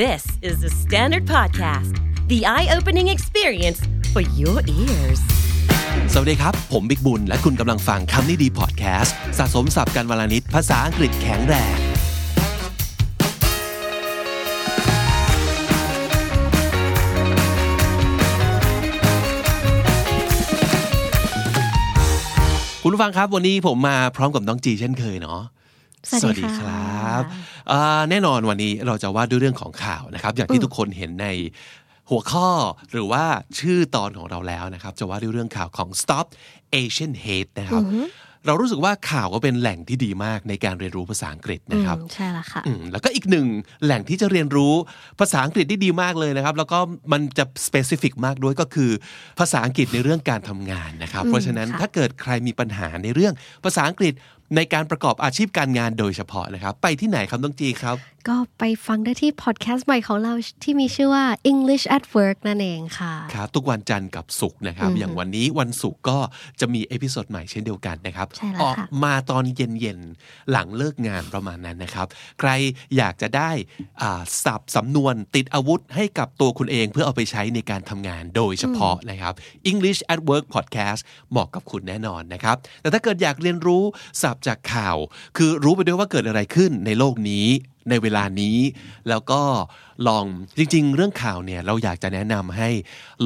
This is the Standard Podcast, the eye opening experience for your ears. สวัสดีครับ ผมบิ๊กบุญ และคุณกำลังฟังคำนี้ดีพอดแคสต์สะสมสับการวลานิดภาษาอังกฤษแข็งแรง คุณผู้ฟังครับ วันนี้ผมมาพร้อมกับน้องจีเช่นเคยเนาะ สวัสดีค่ะ ครับเอ่อแน่นอนวันนี้เราจะว่าด้วยเรื่องของข่าวนะครับ อย่างที่ทุกคนเห็นในหัวข้อหรือว่าชื่อตอนของเราแล้วนะครับ จะว่าด้วยเรื่องข่าวของ Stop Asian Hate นะครับ เรารู้สึกว่าข่าวก็เป็นแหล่งที่ดีมากในการเรียนรู้ภาษาอังกฤษนะครับ อืมใช่ละค่ะ อืมแล้วก็อีกหนึ่งแหล่งที่จะเรียนรู้ภาษาอังกฤษได้ดีมากเลยนะครับ แล้วก็มันจะ specific มากด้วยก็คือ ภาษาอังกฤษในเรื่องการทำงานนะครับ เพราะฉะนั้น ค่ะ ถ้าเกิดใครมีปัญหาในเรื่องภาษาอังกฤษในการประกอบอาชีพการงานโดยเฉพาะนะครับ ไปที่ไหนครับต้องจีครับ ก็ไปฟังได้ที่พอดแคสต์ใหม่ของเราที่มีชื่อว่า English at Work นั่นเองค่ะ ครับทุกวันจันทร์กับศุกร์นะครับ อย่างวันนี้วันศุกร์ก็จะมีเอพิโซดใหม่เช่นเดียวกันนะครับ ใช่แล้ว อ ค่ะ อกมาตอนเย็นๆ หลังเลิกงานประมาณนั้นนะครับ ใครอยากจะได้อ่าสับสำนวนติดอาวุธให้กับตัวคุณเองเพื่อเอาไปใช้ในการทำงานโดยเฉพาะนะครับ English at Work Podcast เหมาะกับคุณแน่นอนนะครับ แต่ถ้าเกิดอยากเรียนรู้สับจากข่าว คือรู้ไปด้วยว่าเกิดอะไรขึ้นในโลกนี้ ในเวลานี้แล้วก็ลองจริงๆ เรื่องข่าวเนี่ยเราอยากจะแนะนำให้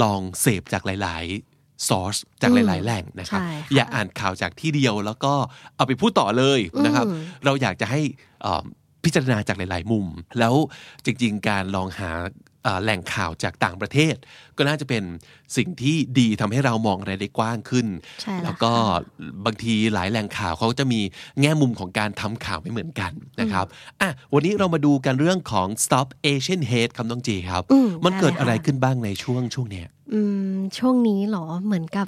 ลองเสพจากหลายๆ source จากหลายๆ แหล่งนะครับ ใช่ค่ะ อย่าอ่านข่าวจากที่เดียวแล้วก็เอาไปพูดต่อเลยนะครับ เราอยากจะให้เอ่อพิจารณาจากหลาย ๆ มุม แล้วจริง ๆ การลองหาเอ่อแหล่งข่าวจากต่างประเทศ ก็น่าจะเป็นสิ่งที่ดีทำให้เรามองอะไรได้กว้างขึ้น ใช่แล้ว แล้วก็บางทีหลายแหล่งข่าวเขาจะมีแง่มุมของการทำข่าวไม่เหมือนกันนะครับอ่ะวันนี้เรามาดูกันเรื่องของ stop Asian hate คำต้องจีครับ อืม มันเกิด ได้เลยค่ะ อะไรขึ้นบ้างในช่วงช่วงเนี้ย อืมช่วงนี้เหรอเหมือนกับ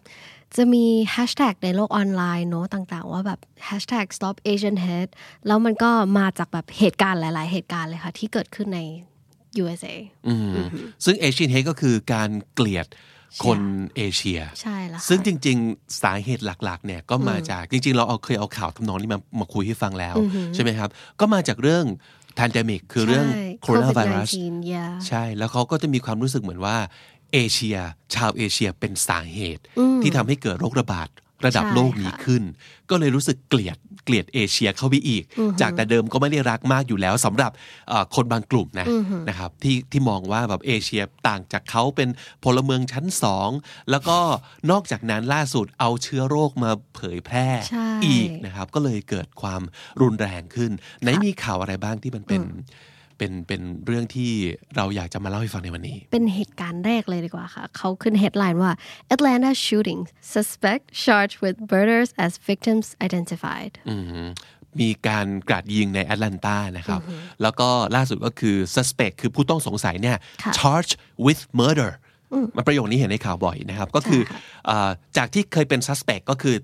จะมีแฮชแท็กในโลกออนไลน์เนอะต่างๆ ว่าแบบ hashtag stop Asian hate แล้วมันก็มาจากแบบเหตุการณ์หลาย ๆ เหตุการณ์เลยค่ะ ที่เกิดขึ้นใน USA อืมซึ่ง Asian hate ก็คือการเกลียดคนเอเชีย ใช่ละค่ะ ซึ่งจริง ๆ สาเหตุหลัก ๆ เนี่ยก็มาจากจริง ๆ เราเอาเคยเอาข่าวทำนองนี้มามาคุยให้ฟังแล้ว ใช่ไหมครับ ก็มาจากเรื่อง pandemic คือเรื่อง ใช่ coronavirus COVID-19 yeah ใช่ แล้วเขาก็จะมีความรู้สึกเหมือนว่าเอเชีย ชาวเอเชียเป็นสาเหตุ ที่ทำให้เกิดโรคระบาดระดับ ใช่ โลกนี้ ค่ะ ขึ้น ก็เลยรู้สึกเกลียดเกลียดเอเชียเข้าไปอีก จากแต่เดิมก็ไม่ได้รักมากอยู่แล้วสำหรับเอ่อคนบางกลุ่มนะนะครับที่ที่มองว่าแบบเอเชียต่างจากเขาเป็นพลเมืองชั้นสองแล้วก็นอกจากนั้นล่าสุดเอาเชื้อโรคมาเผยแพร่ ใช่ อีกนะครับ ก็เลยเกิดความรุนแรงขึ้น ไหนมีข่าวอะไรบ้างที่มันเป็นเป็นเป็นเรื่องที่เราอยากจะมาเล่าให้ฟังในวันนี้ เป็นเหตุการณ์แรกเลยดีกว่าค่ะ เขาขึ้น headline ว่า Atlanta shooting suspect charged with murders as victims identified อืมมีการกราดยิงในแอตแลนตานะครับ แล้วก็ล่าสุดก็คือ suspect คือผู้ต้องสงสัยเนี่ย ค่ะ charge with murder มันประโยคนี้เห็นในข่าวบ่อยนะครับ ก็คือเอ่อจากที่เคยเป็น suspect ก็คือ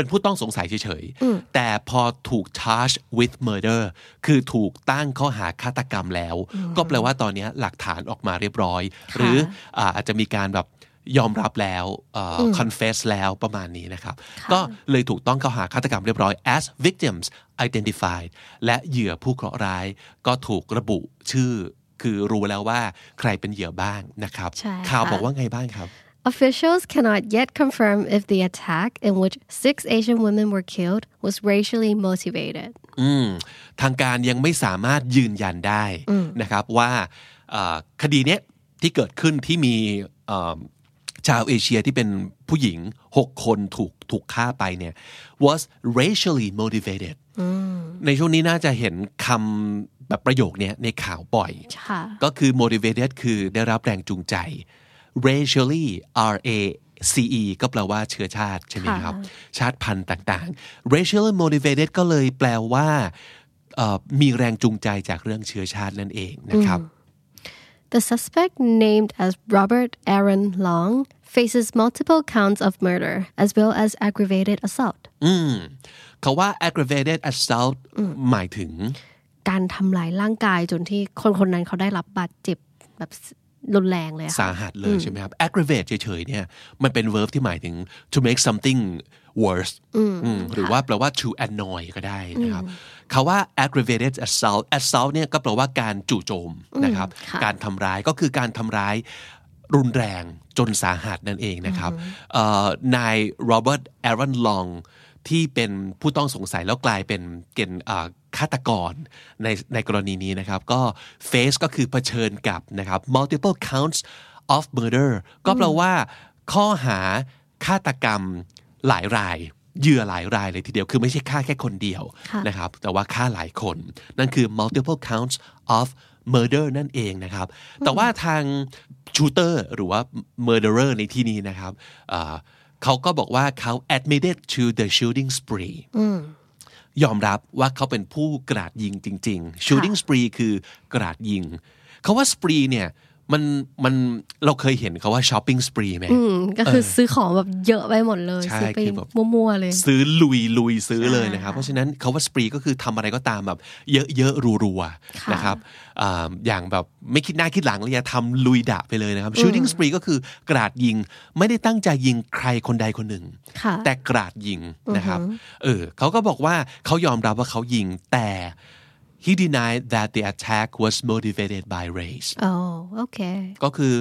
เป็นผู้ต้องสงสัยเฉยๆ แต่พอถูก charge with murder คือถูกตั้งข้อหาฆาตกรรมแล้ว ก็แปลว่าตอนเนี้ยหลักฐานออกมาเรียบร้อย หรืออ่าอาจจะมีการแบบยอมรับแล้วเอ่ออ confess แล้วประมาณนี้นะครับ ก็เลยถูกต้องเข้าหาฆาตกรรมเรียบร้อย as victims identified และเหยื่อผู้เคราะห์ร้ายก็ถูกระบุชื่อ คือรู้แล้วว่าใครเป็นเหยื่อบ้างนะครับ ใช่ค่ะ ข่าวบอกว่าไงบ้างครับ Officials cannot yet confirm if the attack, in which six Asian women were killed, was racially motivated. อืมทางการยังไม่สามารถยืนยันได้นะครับว่าเอ่อคดีเนี้ยที่เกิดขึ้นที่มีเอ่อชาวเอเชียที่เป็นผู้หญิง 6 คนถูกถูกฆ่าไปเนี่ย was racially motivated ในช่วงนี้น่าจะเห็นคำแบบประโยคเนี้ยในข่าวบ่อย ค่ะ ก็คือ motivated คือได้รับแรงจูงใจ racially R A C E ก็แปลว่าเชื้อชาติใช่ไหมครับ ชาติพันธุ์ต่างๆ racially motivated ก็เลยแปลว่าเอ่อมีแรงจูงใจจากเรื่องเชื้อชาตินั่นเองนะครับ The suspect, named as Robert Aaron Long, faces multiple counts of murder as well as aggravated assault. อืมคาว่า aggravated assault หมายถึง การทำลายร่างกายจนที่คนคนนั้นเขาได้รับบาดเจ็บแบบ รุนแรงเลยอะค่ะ สาหัสเลยใช่ไหมครับ aggravate เฉยๆเนี่ยมันเป็น verb ที่หมายถึง to make something worse อืมหรือว่าแปลว่า to annoy ก็ได้นะครับคาว่า aggravated assault assault เนี่ยก็แปลว่าการจู่โจมนะครับ ค่ะ การทำร้ายก็คือการทำร้ายรุนแรงจนสาหัสนั่นเองนะครับเอ่อนายโรเบิร์ตแอรอนลองที่เป็นผู้ต้องสงสัยแล้วกลายเป็นเกณฑ์อ่าฆาตกรในในกรณีนี้นะครับ ก็ face ก็คือเผชิญกับนะครับ multiple counts of murder ก็แปลว่าข้อหาฆาตกรรมหลายราย เหยื่อหลายรายเลยทีเดียวคือไม่ใช่ฆ่าแค่คนเดียว ค่ะ นะครับแต่ว่าฆ่าหลายคน นั่นคือ multiple counts of murder นั่นเองนะครับ แต่ว่าทาง shooter หรือว่า murderer ในที่นี้นะครับเอ่อเขาก็บอกว่าเขา admitted to the shooting spree ยอมรับว่าเขาเป็นผู้กราดยิงจริง ๆ shooting spree คือกราดยิง เขาว่า spree เนี่ย มันมันเราเคยเห็นเขาว่า shopping spree ไหม อืมก็คือซื้อของแบบเยอะไปหมดเลย ใช่ ซื้อไป คือแบบ มั่วๆเลย ซื้อลุยลุยซื้อ ใช่ เลยนะครับ เพราะฉะนั้นคาว่าสปรีก็คือทำอะไรก็ตามแบบเยอะๆรัวๆ ค่ะ นะครับอ่าอย่างแบบไม่คิดหน้าคิดหลังเลยอะทำลุยดะไปเลยนะครับ shooting spree ก็คือกราดยิง ไม่ได้ตั้งใจยิงใครคนใดคนหนึ่ง ค่ะ แต่กราดยิงนะครับเออเขาก็บอกว่าเขายอมรับว่าเขายิงแต่ he denied that the attack was motivated by race อ๋อโอเค ก็คือ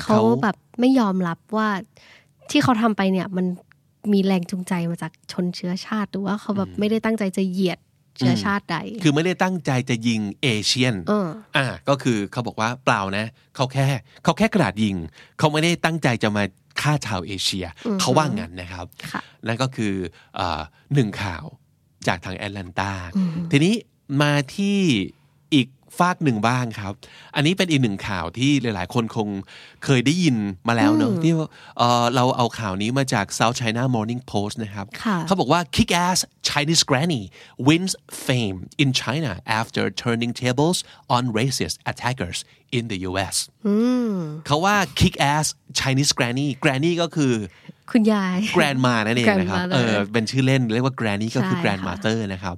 เขา เขา แบบไม่ยอมรับว่าที่เขาทำไปเนี่ยมันมีแรงจูงใจมาจากชนเชื้อชาติหรือว่าเขาแบบไม่ได้ตั้งใจจะเหยียดเชื้อชาติใด คือไม่ได้ตั้งใจจะยิงเอเชียน เออ อ่าก็คือเขาบอกว่าเปล่านะเขาแค่เขาแค่กระดาษยิง เขาไม่ได้ตั้งใจจะมาฆ่าชาวเอเชีย เขาว่างั้นนะครับ ค่ะ นั่นก็คือเอ่อหนึ่งข่าวจากทางแอตแลนตาทีนี้มาที่อีกฝากหนึ่งบ้างครับ อันนี้เป็นอีกหนึ่งข่าวที่หลาย ๆ คนคงเคยได้ยินมาแล้วเนอะที่ว่าเอ่อเราเอาข่าวนี้มาจาก South China Morning Post นะครับ ค่ะ เขาบอกว่า kick ass Chinese granny wins fame in China after turning tables on racist attackers in the U.S. เขาว่า kick ass Chinese granny granny ก็คือ คุณยาย แกรนมานั่นเองนะครับ Grandmother เออเป็นชื่อเล่นเรียกว่าแกรนนี่ก็คือ ใช่ค่ะ แกรนมาเตอร์นะครับ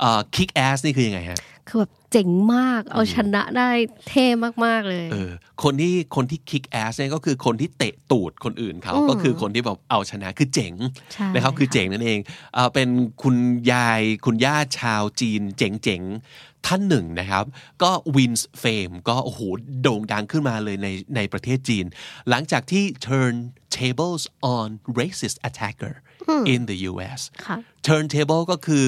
เอ่อ kick ass นี่คือยังไงฮะ คือแบบเจ๋งมาก เอาชนะได้เท่มาก ๆ เลย เออคนที่คนที่ kick ass เนี่ยก็คือคนที่เตะตูดคนอื่นเขาก็คือคนที่แบบเอาชนะคือเจ๋ง ใช่ นะครับคือเจ๋งนั่นเองเอ่อเป็นคุณยายคุณย่าชาวจีนเจ๋งๆ ท่านหนึ่งนะครับ ก็ wins fame ก็โอ้โหโด่งดังขึ้นมาเลยในในประเทศจีน หลังจากที่ turn tables on racist attacker in the U.S. ค่ะ turn table ก็คือ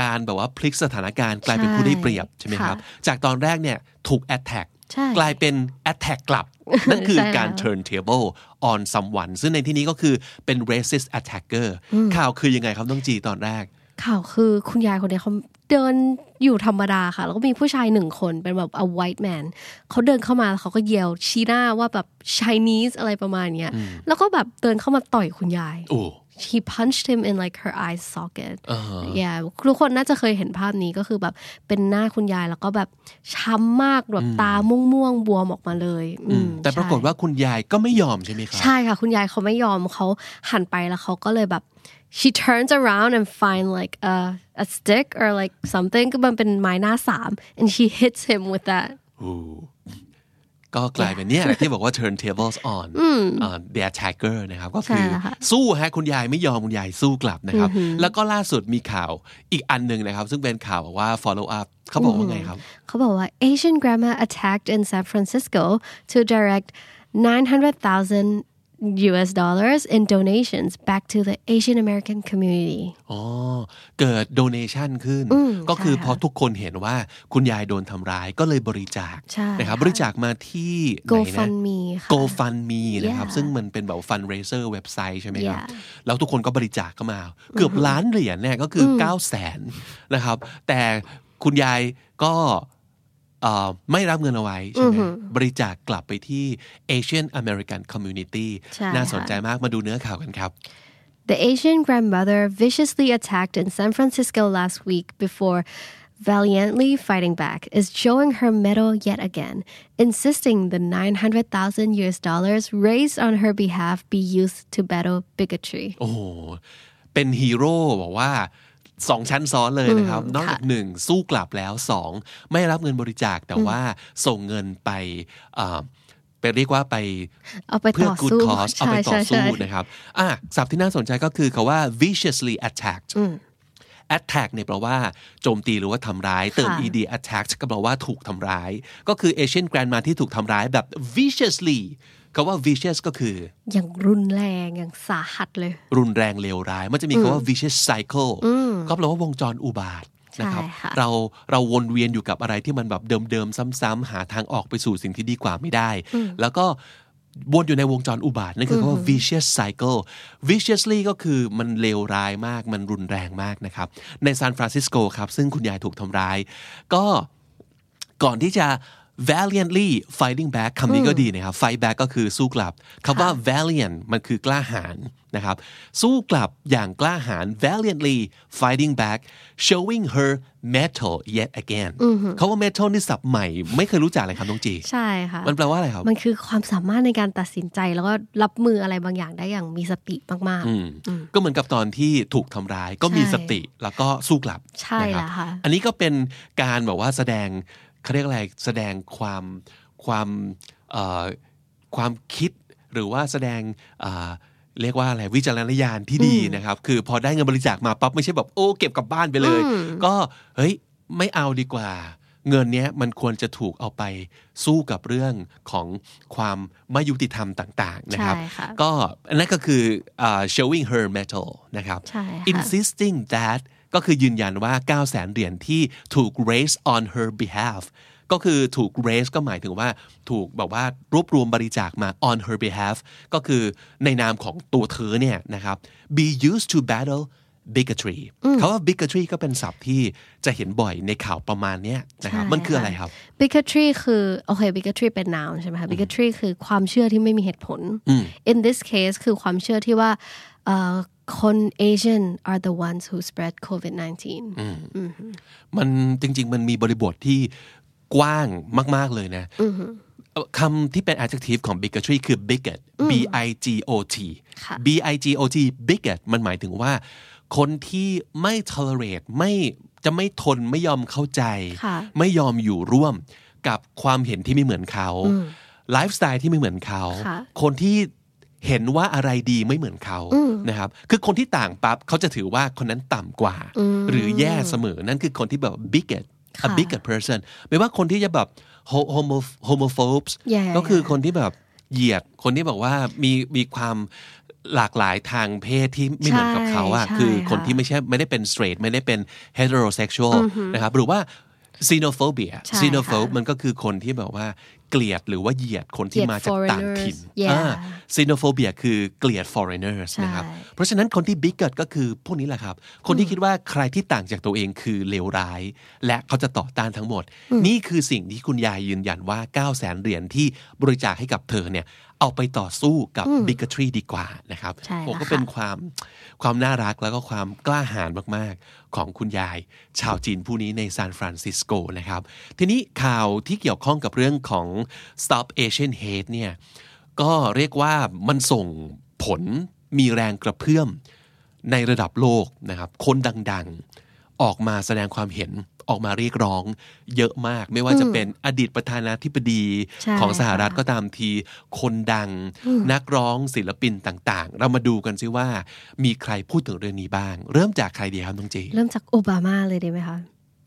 การแบบว่าพลิกสถานการณ์กลายเป็นผู้ได้เปรียบใช่ไหมครับ จากตอนแรกเนี่ยถูก attack ใช่ กลายเป็น attack ก ลับ นั่นคือ ใช่แล้ว การ turn table on someone ซึ่งในที่นี้ก็คือเป็น racist attacker ข่าวคือยังไงครับน้องจีตอนแรก ข่าวคือคุณยายคนเนี้ยเขาเดินอยู่ธรรมดาค่ะ แล้วก็มีผู้ชายหนึ่งคนเป็นแบบ a white man เขาเดินเข้ามาแล้วเขาก็เยลชี้หน้าว่าแบบ Chinese อะไรประมาณเนี้ยแล้วก็แบบเดินเข้ามาต่อยคุณยาย โอ้ she punched him in like her eye socket yeah ทุกคนน่าจะเคยเห็นภาพนี้ก็คือแบบเป็นหน้าคุณยายแล้วก็แบบช้ำมากแบบตาม่วงม่วงๆบวมออกมาเลยอืม แต่ปรากฏ ใช่ ว่าคุณยายก็ไม่ยอมใช่ไหมครับ ใช่ค่ะ คุณยายเขาไม่ยอมเขาหันไปแล้วเขาก็เลยแบบ she turns around and find like a a stick or like something ก็มันเป็นไม้หน้าสาม and she hits him with that ก็กลายเป็นเนี่ย ที่บอกว่า turn tables on อ่า the attacker นะครับ ก็คือ ใช่แล้วค่ะ สู้ฮะคุณยายไม่ยอมคุณยายสู้กลับนะครับ แล้วก็ล่าสุดมีข่าวอีกอันหนึ่งนะครับ ซึ่งเป็นข่าวบอกว่า follow up เขาบอกว่าไงครับ เขาบอกว่า Asian grandma attacked in San Francisco to direct 900,000 US dollars in donations back to the Asian American community อ๋อ เกิด donation ขึ้น ก็คือพอทุกคนเห็นว่าคุณยายโดนทำร้ายก็เลยบริจาค ใช่ นะครับ ค่ะ บริจาคมาที่ไหนนะ GoFundMe ค่ะ GoFundMe นะครับ Yeah ซึ่งมันเป็นแบบ fundraiser เว็บไซต์ใช่ไหมครับ Yeah แล้วทุกคนก็บริจาคเข้ามา เกือบล้านเหรียญเนี่ยก็คือ 9 0 0แสนนะครับ แต่คุณยายก็เอ่อไม่รับเงินเอาไว้ใช่ไหมบริจาคกลับไปที่ Asian American Community ใช่ค่ะ น่าสนใจมากมาดูเนื้อข่าวกันครับ The Asian grandmother viciously attacked in San Francisco last week before valiantly fighting back is showing her medal yet again, insisting the 900,000 US dollars raised on her behalf be used to battle bigotry. โอ้โห เป็นฮีโร่บอกว่าสองชั้นซ้อนเลยนะครับ นอกจากหนึ่งสู้กลับแล้วสองไม่รับเงินบริจาคแต่ว่าส่งเงินไปเอ่อ ไปเรียกว่าไป เอาไป เพื่อ ต่อ good สู้ cause เอาไปต่อสู้นะครับอ่ะศัพท์ที่น่าสนใจก็คือคาว่า viciously attacked attack เนี่ยแปลว่าโจมตีหรือว่าทำร้าย เติม ค่ะ ed attack ก็แปลว่าถูกทำร้าย ก็คือ Asian grandma ที่ถูกทำร้ายแบบ viciously คาว่า vicious ก็คือ อย่างรุนแรงอย่างสาหัสเลย รุนแรงเลวร้าย มันจะมีคำว่า vicious cycle ก็แปลว่าวงจรอุบาทนะครับ ใช่ค่ะ เราเราวนเวียนอยู่กับอะไรที่มันแบบเดิมๆ ซ้ำๆหาทางออกไปสู่สิ่งที่ดีกว่าไม่ได้ แล้วก็วนอยู่ในวงจรอุบาท นั่นคือคำว่า vicious cycle viciously ก็คือมันเลวร้ายมากมันรุนแรงมากนะครับ ในซานฟรานซิสโกครับ ซึ่งคุณยายถูกทำร้าย ก็ก่อนที่จะ valiantly fighting back คำนี้ก็ดีนะครับ fight back ก็คือสู้กลับคำว่า valiant มันคือกล้าหาญนะครับ สู้กลับอย่างกล้าหาญ valiantly fighting back showing her metal yet again เขาว่า metal นี่ศัพท์ใหม่ ไม่เคยรู้จักเลยครับน้องจี ใช่ค่ะ มันแปลว่าอะไรครับ มันคือความสามารถในการตัดสินใจแล้วก็รับมืออะไรบางอย่างได้อย่างมีสติมาก อืมก็เหมือนกับตอนที่ถูกทำร้ายก็มี ใช่ สติแล้วก็สู้กลับ ใช่ นะครับ แล้วค่ะ อันนี้ก็เป็นการแบบว่าแสดงเขาเรียกอะไรแสดงความความเอ่อความคิดหรือว่าแสดงเอ่อเรียกว่าอะไรวิจารณญาณที่ดีนะครับ คือพอได้เงินบริจาคมาปั๊บไม่ใช่แบบโอ้เก็บกลับบ้านไปเลย อืม ก็เฮ้ยไม่เอาดีกว่า เงินเนี้ยมันควรจะถูกเอาไปสู้กับเรื่องของความไม่ยุติธรรมต่าง ๆ นะครับ ใช่ค่ะ ก็อันนั้นก็คืออ่า showing her metal นะครับ ใช่ค่ะ insisting that ก็คือยืนยันว่า 9 0 0 0 0เหรียญที่ถูก raise on her behalf ก็คือถูก raise ก็หมายถึงว่าถูกแบบว่ารวบรวมบริจาคมา on her behalf ก็คือในนามของตัวเธอเนี่ยนะครับ be used to battle bigotry เขาว่า bigotry ก็เป็นศัพท์ที่จะเห็นบ่อยในข่าวประมาณเนี้ยนะครับ ใช่ มันคือ ค่ะ อะไรครับ bigotry คือโอเค bigotry เป็น noun ใช่ไหมคะ bigotry คือความเชื่อที่ไม่มีเหตุผล in this case คือความเชื่อที่ว่าเอ่อคน Asian are the ones who spread COVID 19 มันจริง ๆ มันมีบริบทที่กว้างมาก ๆ เลยนะเอ่อคำที่เป็น adjective ของ bigotry คือ bigot b i g o t ค่ะ b i g o t bigot มันหมายถึงว่า คนที่ไม่ tolerate ไม่จะไม่ทนไม่ยอมเข้าใจ ค่ะ ไม่ยอมอยู่ร่วมกับความเห็นที่ไม่เหมือนเขาไลฟ์สไตล์ที่ไม่เหมือนเขา ค่ะ คนที่เห็นว่าอะไรดีไม่เหมือนเขานะครับคือคนที่ต่างปั๊บเขาจะถือว่าคนนั้นต่ำกว่า หรือแย่เสมอนั่นคือคนที่แบบ bigot a ค่ะ bigot person ไม่ว่าคนที่จะแบบ ho- homo homophobes แย่ ก็คือคนที่แบบเหยียดคนที่แบบว่ามีมีความหลากหลายทางเพศที่ไม่เหมือนกับเขาอะ ใช่ คือ ใช่ค่ะ คนที่ไม่ใช่ไม่ได้เป็น straight ไม่ได้เป็น heterosexual นะครับหรือว่า xenophobia ใช่ค่ะ xenophobe มันก็คือคนที่แบบว่าเกลียดหรือว่าเหยียดคนที่ เหยียด มาจากต่างถิ่น foreigners yeah อ่า xenophobia คือเกลียด foreigners ใช่ นะครับ เพราะฉะนั้นคนที่ bigot ก็คือพวกนี้แหละครับ คนที่คิดว่าใครที่ต่างจากตัวเองคือเลวร้าย และเขาจะต่อต้านทั้งหมด นี่คือสิ่งที่คุณยายยืนยันว่า 9 0 0แสนเหรียญที่บริจาคให้กับเธอเนี่ย เอาไปต่อสู้กับ bigotry ดีกว่านะครับ ใช่แล้ว ผมก็ ค่ะ เป็นความความน่ารักแล้วก็ความกล้าหาญมาก ๆ ของคุณยาย ชาวจีนผู้นี้ในซานฟรานซิสโกนะครับ ทีนี้ข่าวที่เกี่ยวข้องกับเรื่องของ stop Asian hate เนี่ย ก็เรียกว่ามันส่งผลมีแรงกระเพื่อมในระดับโลกนะครับ คนดังๆ ออกมาแสดงความเห็นออกมาเรียกร้องเยอะมาก ไม่ว่าจะเป็นอดีตประธานาธิบดี ใช่ ของสหรัฐ ค่ะ ก็ตามที คนดัง นักร้องศิลปินต่างๆ เรามาดูกันซิว่า มีใครพูดถึงเรื่องนี้บ้าง เริ่มจากใครดีครับน้องเจ เริ่มจากโอบามาเลยดีไหมคะ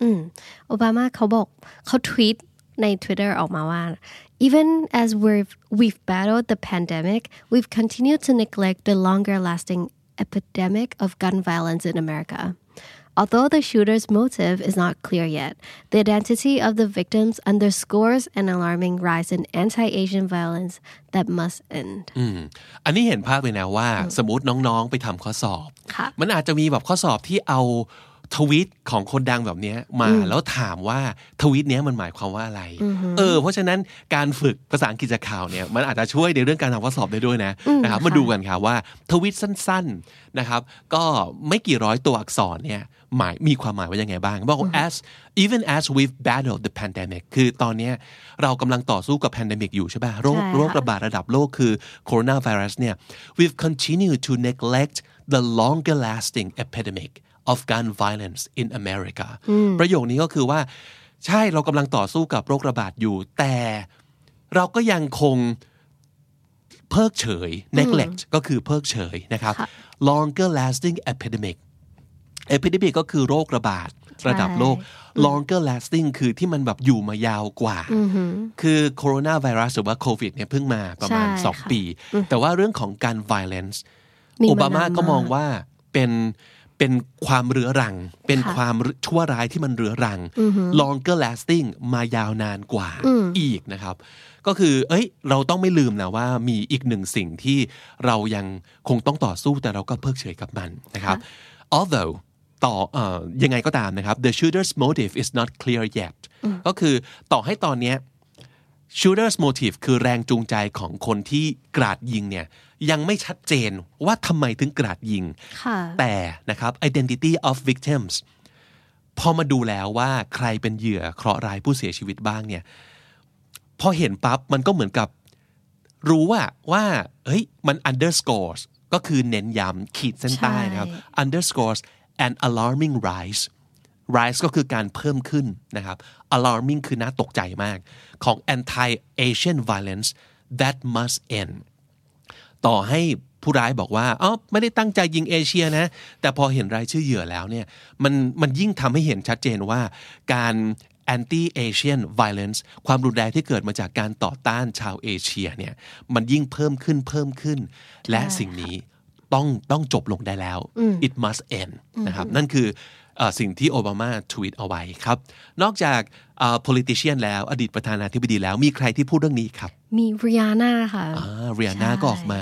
อืม โอบามาเขาบอกเขาทวีตใน Twitter ออกมาว่า even as we've we've battled the pandemic we've continued to neglect the longer lasting epidemic of gun violence in America Although the shooter's motive is not clear yet, the identity of the victims underscores an alarming rise in anti Asian violence that must end. Mm. อันนี้เห็นภาพเลยนะว่า สมมติน้องๆ ไปทำข้อสอบ ค่ะ มันอาจจะมีแบบข้อสอบที่เอาทวิตของคนดังแบบเนี้ยมาแล้วถามว่าทวิตเนี้ยมันหมายความว่าอะไร เออ เพราะฉะนั้นการฝึกภาษาอังกฤษจากข่าวเนี่ยมันอาจจะช่วยในเรื่องการทำข้อสอบได้ด้วยนะนะครับมาดูกันค่ะว่าทวิตสั้นๆนะครับ ก็ไม่กี่ร้อยตัวอักษรเนี่ยหมายมีความหมายว่ายังไงบ้างบอกว่า as even as we've battled the pandemic คือตอนเนี้ยเรากำลังต่อสู้กับ pandemic อยู่ใช่ป่ะโรค ใช่ค่ะ โรคระบาด ระบาดระดับโลกคือโคโรนาไวรัสเนี่ย we've continued to neglect the longer lasting epidemic of gun violence in America ประโยคนี้ก็คือว่า ใช่เรากำลังต่อสู้กับโรคระบาดอยู่ แต่ เราก็ยังคงเพิกเฉย neglect ก็คือเพิกเฉยนะครับ longer lasting epidemic epidemic ก็คือโรคระบาดระดับโลก longer lasting คือที่มันแบบอยู่มายาวกว่า คือโคโรนาไวรัสหรือว่าโควิดเนี่ยเพิ่งมาประมาณ ใช่ค่ะ 2 ปี แต่ว่าเรื่องของการ violence มี โอ มานาบามามนาก ก็มองว่าเป็นเป็นความเรื้อรัง เป็น ค่ะ ความชั่วร้ายที่มันเรื้อรัง longer lasting มายาวนานกว่าอีกนะครับ ก็คือเอ้ยเราต้องไม่ลืมนะว่ามีอีกหนึ่งสิ่งที่เรายังคงต้องต่อสู้แต่เราก็เพิกเฉยกับมันนะครับ although ต่อเอ่อยังไงก็ตามนะครับ the shooter's motive is not clear yet ก็คือต่อให้ตอนเนี้ย shooter's motive คือแรงจูงใจของคนที่กราดยิงเนี่ยยังไม่ชัดเจนว่าทำไมถึงกราดยิง ค่ะ แต่นะครับ identity of victims พอมาดูแล้วว่าใครเป็นเหยื่อเคราะห์ร้ายผู้เสียชีวิตบ้างเนี่ยพอเห็นปั๊บมันก็เหมือนกับรู้ว่าว่าเฮ้ยมัน underscores ก็คือเน้นย้ำขีดเส้นใต้นะครับ ใช่ underscores an alarming rise rise ก็คือการเพิ่มขึ้นนะครับ alarming คือน่าตกใจมาก ของ anti Asian violence that must end ต่อให้ผู้ร้ายบอกว่าอ๋อไม่ได้ตั้งใจยิงเอเชียนะ แต่พอเห็นรายชื่อเหยื่อแล้วเนี่ยมันมันยิ่งทำให้เห็นชัดเจนว่าการ anti Asian violence ความรุนแรงที่เกิดมาจากการต่อต้านชาวเอเชียเนี่ยมันยิ่งเพิ่มขึ้นเพิ่มขึ้น และสิ่งนี้ต้องต้องจบลงได้แล้ว it must end นะครับนั่นคือเอ่อสิ่งที่โอบามาทวีตเอาไว้ครับ นอกจากเอ่อ politician แล้วอดีตประธานาธิบดีแล้วมีใครที่พูดเรื่องนี้ครับ มีริยาน่าค่ะ เรียนา Rihanna ใช่ ก็ออกมา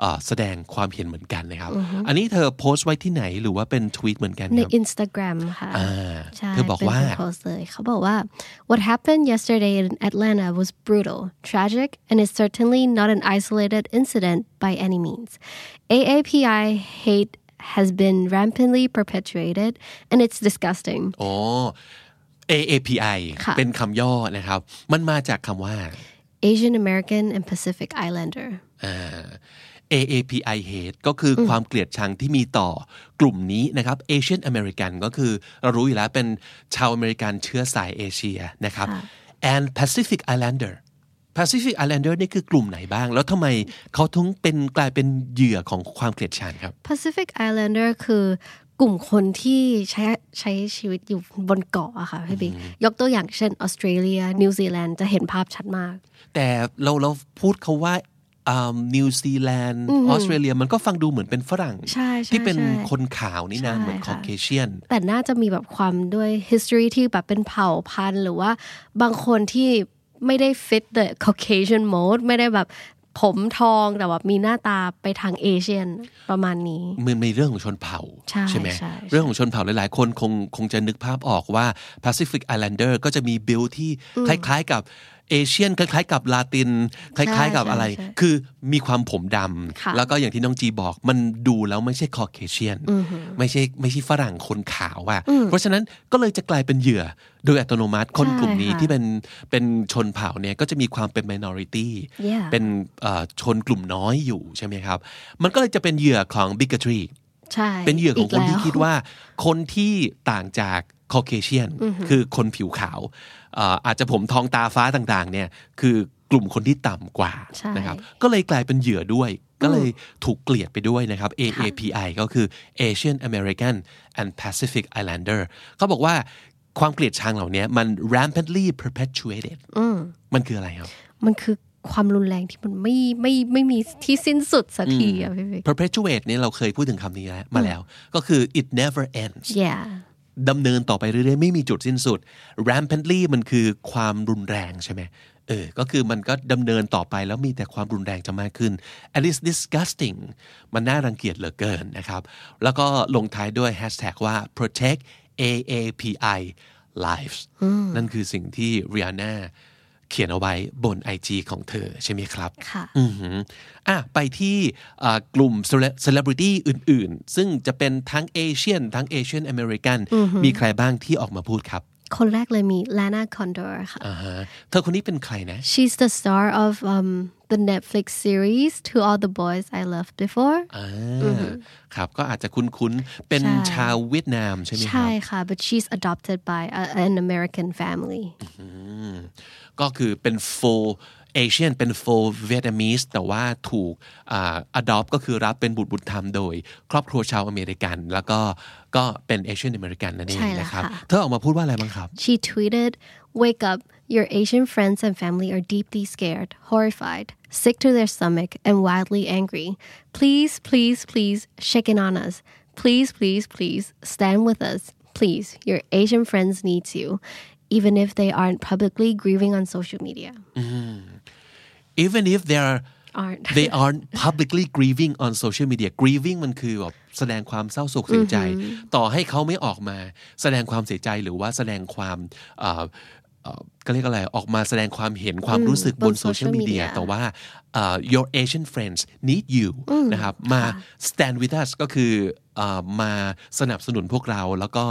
เอ่อแสดงความเห็นเหมือนกันนะครับ อันนี้เธอโพสต์ไว้ที่ไหนหรือว่าเป็นทวีตเหมือนกัน ใน ครับ Instagram ค่ะ อ่า ใช่ เธอบอกว่า ป็นคนโพสต์เลยเขาบอกว่า what happened yesterday in Atlanta was brutal tragic and is certainly not an isolated incident by any means AAPI hate has been rampantly perpetuated and it's disgusting อ๋อ AAPI ค่ะ เป็นคำย่อนะครับ มันมาจากคำว่า Asian American and Pacific Islander อ่า AAPI hate ก็คือความเกลียดชังที่มีต่อกลุ่มนี้นะครับ Asian American ก็คือเรารู้อยู่แล้วเป็นชาวอเมริกันเชื้อสายเอเชียนะครับ and Pacific Islander Pacific Islander นี่คือกลุ่มไหนบ้าง แล้วทำไมเขาถึงเป็นกลายเป็นเหยื่อของความเกลียดชังครับ Pacific Islander คือกลุ่มคนที่ใช้ใช้ชีวิตอยู่บนเกาะอะค่ะพี่บิ๊กยกตัวอย่างเช่นออสเตรเลียนิวซีแลนด์จะเห็นภาพชัดมาก แต่เราเราพูดเขาว่านิวซีแลนด์ออสเตรเลียมันก็ฟังดูเหมือนเป็นฝรั่ง ใช่ใช่ ที่เป็น ใช่ คนขาวนี่นะ ใช่ เหมือนคอ ค่ะ เคเชียน แต่น่าจะมีแบบความด้วย history ที่แบบเป็นเผ่าพันธุ์ หรือว่าบางคนที่ไม่ได้ fit the Caucasian mode ไม่ได้แบบผมทองแต่แบบมีหน้าตาไปทางเอเชียนประมาณนี้ มันมีเรื่องของชนเผ่า ใช่ ไหม ใช่ใช่ เรื่องของชนเผ่าหลายๆ คนคงคงจะนึกภาพออกว่า Pacific Islander ก็จะมีบิลที่คล้ายๆกับเอเชียน คล้ายๆ กับลาติน คล้ายๆ กับอะไร คือมีความผมดำ ค่ะ แล้วก็อย่างที่น้องจีบอกมันดูแล้วไม่ใช่คอเคเชียน ไม่ใช่ไม่ใช่ฝรั่งคนขาวอะเพราะฉะนั้นก็เลยจะกลายเป็นเหยื่อโดยอัตโนมัติคน ใช่ กลุ่มนี้ ค่ะ ที่เป็นเป็นชนเผ่าเนี่ยก็จะมีความเป็น minority Yeah เป็นเอ่อชนกลุ่มน้อยอยู่ใช่ไหมครับ มันก็เลยจะเป็นเหยื่อของ bigotry ใช่ เป็นเหยื่อของคนที่ กแล้ว คิดว่าคนที่ต่างจากคอเคเชียน คือคนผิวขาวเอ่ออาจจะผมทองตาฟ้าต่างๆ เนี่ย คือกลุ่มคนที่ต่ำกว่า ใช่ นะครับ ก็เลยกลายเป็นเหยื่อด้วย ก็เลยถูกเกลียดไปด้วยนะครับ AAPI ก็คือ Asian American and Pacific Islander เขาบอกว่าความเกลียดชังเหล่านี้มัน rampantly perpetuated มันคืออะไรครับ มันคือความรุนแรงที่มันไม่ไม่ไม่มีที่สิ้นสุดสักทีอะพี่บิ๊ก perpetuate เนี่ยเราเคยพูดถึงคำนี้แล้วมาแล้ว ก็คือ it never ends yeah ดำเนินต่อไปเรื่อยๆ ไม่มีจุดสิ้นสุด rampantly มันคือความรุนแรงใช่ไหมเออ ก็คือมันก็ดำเนินต่อไปแล้วมีแต่ความรุนแรงจะมากขึ้น and it's disgusting มันน่ารังเกียจเหลือเกินนะครับ แล้วก็ลงท้ายด้วย hashtag ว่า protect AAPI lives นั่นคือสิ่งที่ Rihanna เขียนเอาไว้บน IG ของเธอใช่ไหมครับ ค่ะ อือหืออ่ะไปที่อ่ากลุ่มเซเลบริตี้อื่นๆ ซึ่งจะเป็นทั้งเอเชียน ทั้งเอเชียนอเมริกัน มีใครบ้างที่ออกมาพูดครับ คนแรกเลยมี Lana Condor ค่ะ อ่าฮะเธอคนนี้เป็นใครนะ she's the star of um, the Netflix series To All the Boys I Loved Before อ่าครับ ก็อาจจะคุ้นๆ เป็น ใช่ ชาวเวียดนามใช่ไหมค ใช่ รับ ค่ะ but she's adopted by a, an American family ก็คือเป็น full Asian เป็น full Vietnamese แต่ว่าถูกอ่า adopt ก็คือรับเป็นบุตรบุญธรรมโดย ครอบครัวชาวอเมริกัน แล้วก็ก็เป็น Asian American นั่นเอง ใช่แล้ว นะครับ ค่ะ เธอออกมาพูดว่าอะไรบ้างครับ She tweeted, Wake up. Your Asian friends and family are deeply scared, horrified, sick to their stomach, and wildly angry. Please, please, please, shake it on us. Please, please, please, stand with us. Please, your Asian friends need you, even if they aren't publicly grieving on social media. even if they are Aren't. they aren't publicly grieving on social media grieving มันคือแบบแสดงความเศร้าโศกเสียใจ ต่อให้เขาไม่ออกมาแสดงความเสียใจหรือว่าแสดงความเอ่อเอ่อก็เรียกอะไรออกมาแสดงความเห็นความรู้สึก บบ น นโซเชียล social มีเดีย media แต่ว่าเอ่อ your Asian friends need you นะครับมา stand with us ก็คือเอ่อมาสนับสนุนพวกเราแล้วก็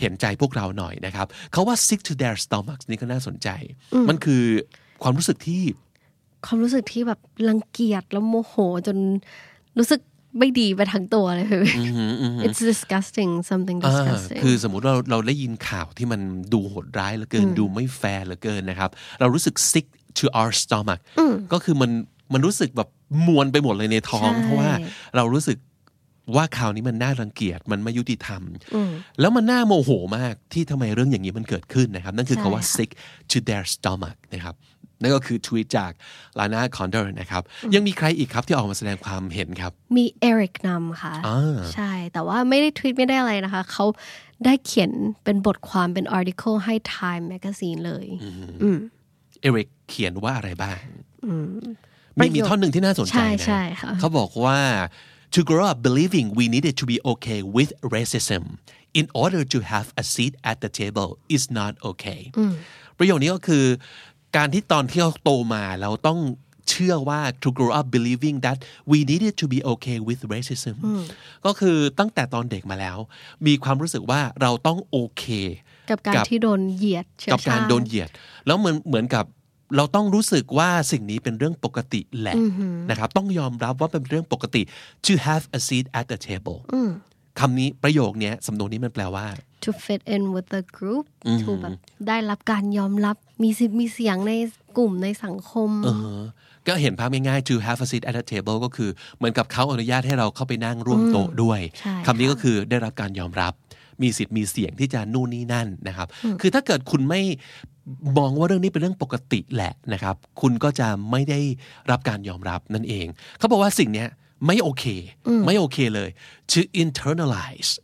เห็นใจพวกเราหน่อยนะครับเขาว่า sick to their stomachs นี่ก็น่าสนใจ มันคือความรู้สึกที่ ความรู้สึกที่แบบรังเกียจแล้วโมโหจนรู้สึกไม่ดีไปทั้งตัวเลยคืออ It's disgusting something อ่า disgusting คือสมมติเราเราได้ยินข่าวที่มันดูโหดร้ายเหลือเกินดูไม่แฟร์เหลือเกินนะครับ เรารู้สึก sick to our stomach ก็คือมันมันรู้สึกแบบมวนไปหมดเลยในท้อง ใช่ เพราะว่าเรารู้สึกว่าข่าวนี้มันน่ารังเกียจมันไม่ยุติธรรม แล้วมันน่าโมโหมากที่ทำไมเรื่องอย่างนี้มันเกิดขึ้นนะครับ นั่นคือคาว่า sick to their stomach นะครับนั่นก็คือทวีตจากลาน่าคอนเดอร์นะครับยังมีใครอีกครับที่ออกมาแสดงความเห็นครับ มีเอริกนำค่ะ อ่า ใช่แต่ว่าไม่ได้ทวีตไม่ได้อะไรนะคะ เขาได้เขียนเป็นบทความเป็น article ให้ Time Magazine เลย เอริกเขียนว่าอะไรบ้างมีมีท่อนหนึ่งที่น่าสนใจ ใช่ นะ ใช่ค่ะ เขาบอกว่า to grow up believing we needed to be okay with racism in order to have a seat at the table is not okay ประโยคนี้ก็คือ การที่ตอนที่เราโตมาเราต้องเชื่อว่า to grow up believing that we needed to be okay with racism ก็คือตั้งแต่ตอนเด็กมาแล้ว มีความรู้สึกว่าเราต้องโอเค กับการที่โดนเหยียดเชื้อ กับ ชา การ ติ โดนเหยียด แล้วเหมือนเหมือนกับเราต้องรู้สึกว่าสิ่งนี้เป็นเรื่องปกติแหละนะครับ ต้องยอมรับว่าเป็นเรื่องปกติ to have a seat at the table คำนี้ประโยคเนี้ยสำนวนนี้มันแปลว่า ถู fit in with the group ถูกแบบได้รับการยอมรับมีสิทธิ์มีเสียงในกลุ่มในสังคม ก็เห็นภาพง่ายๆ to have a seat at the table ก็คือเหมือนกับเขาอนุญาตให้เราเข้าไปนั่งร่วมโต๊ะด้วย ใช่ คำนี้ก็คือได้รับการยอมรับ มีสิทธิ์มีเสียงที่จะนู่นนี่นั่นนะครับ คือถ้าเกิดคุณไม่มองว่าเรื่องนี้เป็นเรื่องปกติแหละนะครับ คุณก็จะไม่ได้รับการยอมรับนั่นเอง เขาบอกว่าสิ่งเนี้ยไม่โอเค ไม่โอเคเลย to internalize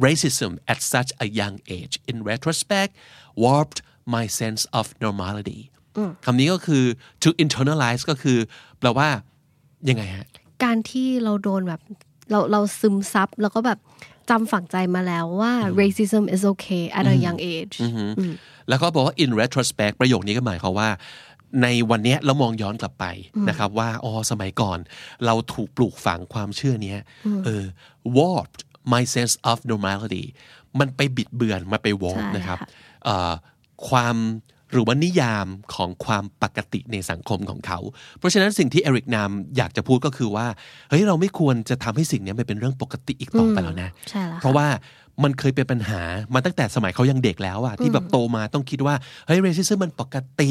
racism at such a young age in retrospect warped my sense of normality คำนี้ก็คือ to internalize ก็คือ แปลว่า ยังไงฮะ การที่เราโดนแบบเราเราซึมซับแล้วก็แบบจำฝังใจมาแล้วว่า racism is okay at a young age แล้วก็บอกว่า in retrospect ประโยคนี้ก็หมายความว่า ในวันเนี้ยเรามองย้อนกลับไปนะครับว่าอ๋อสมัยก่อน เราถูกปลูกฝังความเชื่อเนี้ยเออ warped my sense of normality มันไปบิดเบือนมาไป warp ใช่ นะครับ ค่ะ เอ่อความหรือว่านิยามของความปกติในสังคมของเขา เพราะฉะนั้นสิ่งที่เอริกนามอยากจะพูดก็คือว่าเฮ้ยเราไม่ควรจะทำให้สิ่งเนี้ยมันเป็นเรื่องปกติอีกต่อไปแล้วนะ ใช่แล้ว เพราะว่ามันเคยเป็นปัญหามาตั้งแต่สมัยเขายังเด็กแล้วอะที่แบบโตมาต้องคิดว่าเฮ้ยเรซิซึมมันปกติ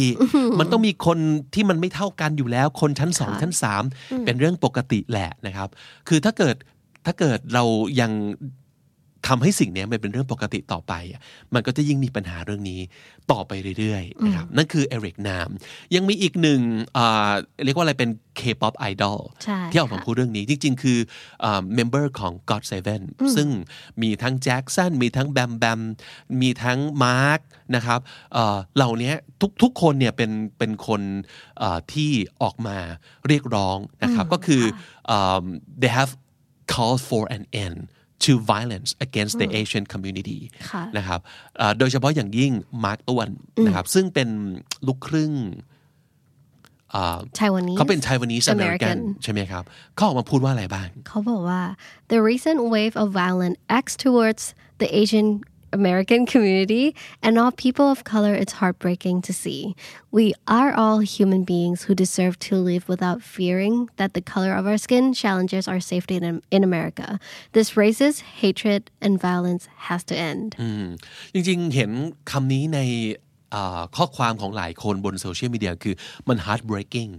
มันต้องมีคนที่มันไม่เท่ากันอยู่แล้ว คนชั้นสองชั้นสามเป็นเรื่องปกติแหละนะครับ คือถ้าเกิดถ้าเกิดเรายังทำให้สิ่งเนี้ยมันเป็นเรื่องปกติต่อไปอะมันก็จะยิ่งมีปัญหาเรื่องนี้ต่อไปเรื่อยๆนะครับนั่นคือเอริกนามยังมีอีกหนึ่งอ่าเรียกว่าอะไรเป็น K-pop idol ใช่ ที่ออกมาพูดเรื่องนี้จริง ๆ คือเมมเบอร์ของ God Seven ซึ่งมีทั้งแจ็คสันมีทั้งแบมแบมมีทั้งมาร์กนะครับเอ่อเหล่านี้ทุกทุกคนเนี่ยเป็นเป็นคนเอ่อที่ออกมาเรียกร้องนะครับก็คือเอิ่ม they have called for an end to violence against the Asian community ค่ะ นะครับเอ่อโดยเฉพาะอย่างยิ่งมาร์กต้วนนะครับซึ่งเป็นลูกครึ่งเอ่อ ไต้หวันนี้ เขาเป็นไทวานีสอ American เมริกันใช่ไหมครับ เขาออกมาพูดว่าอะไรบ้าง เขาบอกว่า the recent wave of violent acts towards the Asian American community and all people of color it's heartbreaking to see we are all human beings who deserve to live without fearing that the color of our skin challenges our safety in, in America this racist hatred and violence has to end จริงๆ เห็นคำนี้ใน อ่าข้อความของหลายคนบนโซเชียลมีเดียคือมัน heartbreaking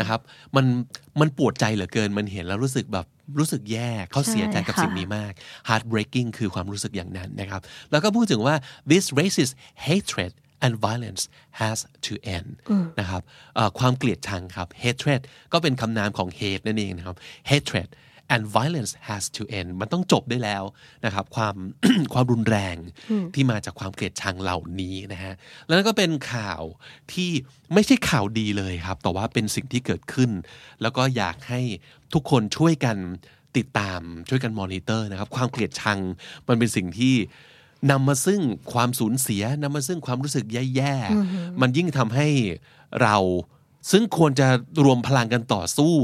นะครับมันมันปวดใจเหลือเกินมันเห็นแล้วรู้สึกแบบรู้สึกแย่เขาเสียใจกับ ค่ะ สิ่งนี้มาก heartbreaking คือความรู้สึกอย่างนั้นนะครับ แล้วก็พูดถึงว่า this racist hatred and violence has to end นะครับเอ่อความเกลียดชังครับ hatred ก็เป็นคำนามของ hate นั่นเองนะครับ hatred and violence has to end มันต้องจบได้แล้วนะครับความ ความรุนแรงที่มาจากความเกลียดชังเหล่านี้นะฮะแล้วก็เป็นข่าวที่ไม่ใช่ข่าวดีเลยครับ แต่ว่าเป็นสิ่งที่เกิดขึ้น แล้วก็อยากให้ทุกคนช่วยกันติดตามช่วยกันมอนิเตอร์นะครับ ความเกลียดชังมันเป็นสิ่งที่นำมาซึ่งความสูญเสียนำมาซึ่งความรู้สึกแย่ๆมันยิ่งทำให้เราซึ่งควรจะรวมพลังกันต่อสู้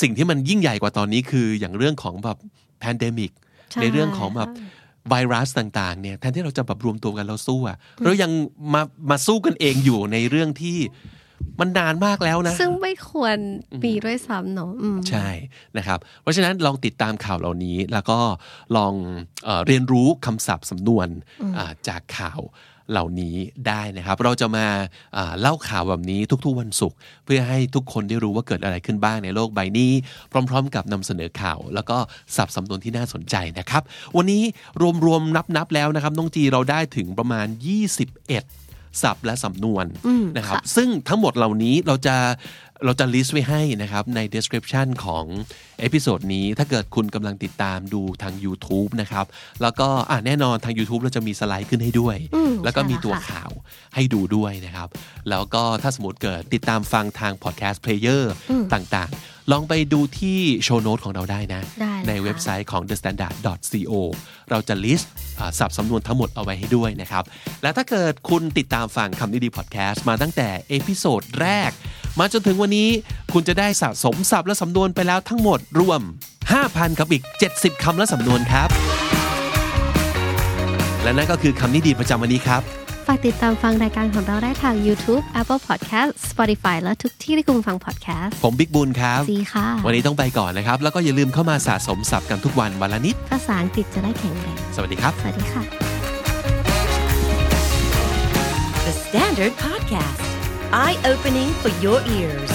สิ่งที่มันยิ่งใหญ่กว่าตอนนี้คืออย่างเรื่องของแบบ p a n d e m i c ใช่ ในเรื่องของแบบไวรัสต่างๆเนี่ยแทนที่เราจะแบบรวมตัวกันเราสู้อะเรายังมามาสู้กันเองอยู่ในเรื่องที่มันนานมากแล้วนะ ซึ่งไม่ควรมีด้วยซ้ำเนาะอืม ใช่นะครับ เพราะฉะนั้นลองติดตามข่าวเหล่านี้ แล้วก็ลองเออเรียนรู้คำศัพท์สำนวนอ่าจากข่าวเหล่านี้ได้นะครับ เราจะมาอ่าเล่าข่าวแบบนี้ทุกๆวันศุกร์เพื่อให้ทุกคนได้รู้ว่าเกิดอะไรขึ้นบ้างในโลกใบนี้ พร้อม ๆ กับนำเสนอข่าว แล้วก็ศัพท์สำนวนที่น่าสนใจนะครับ วันนี้รวมๆนับๆแล้วนะครับน้องจีเราได้ถึงประมาณ 21 ศัพท์และสำนวนนะครับซึ่งทั้งหมดเหล่านี้เราจะเราจะ list ไว้ให้นะครับใน description ของเอพิโซดนี้ถ้าเกิดคุณกำลังติดตามดูทาง YouTube นะครับแล้วก็อ่ะแน่นอนทาง YouTube เราจะมีสไลด์ขึ้นให้ด้วย อืม แล้วก็มีตัว ใช่แล้วค่ะ ข่าวให้ดูด้วยนะครับ แล้วก็ถ้าสมมติเกิดติดตามฟังทาง podcast player ต่างๆ ลองไปดูที่โชว์โน้ตของเราได้นะ ได้เลย ใน ค่ะ เว็บไซต์ของ thestandard.co เราจะ list อ่าศัพท์สำนวนทั้งหมดเอาไว้ให้ด้วยนะครับ และถ้าเกิดคุณติดตามฟังคำนี้ดีพอดแคสต์มาตั้งแต่เอพิโซดแรก มาจนถึงวันนี้คุณจะได้สะสมศัพท์และสำนวนไปแล้วทั้งหมดรวม 5,000กับอีก 70 คำและสำนวนครับ และนั่นก็คือคำนี้ดีประจำวันนี้ครับ ฝากติดตามฟังรายการของเราได้ทาง YouTube Apple Podcast Spotify และทุกที่ที่คุณฟัง podcast ผมบิ๊กบุญครับ ดีค่ะ วันนี้ต้องไปก่อนนะครับ แล้วก็อย่าลืมเข้ามาสะสมศัพท์กันทุกวันวันละนิด ภาษาอังกฤษจะได้แข็งแรง สวัสดีครับ สวัสดีค่ะ The Standard Podcast, eye opening for your ears.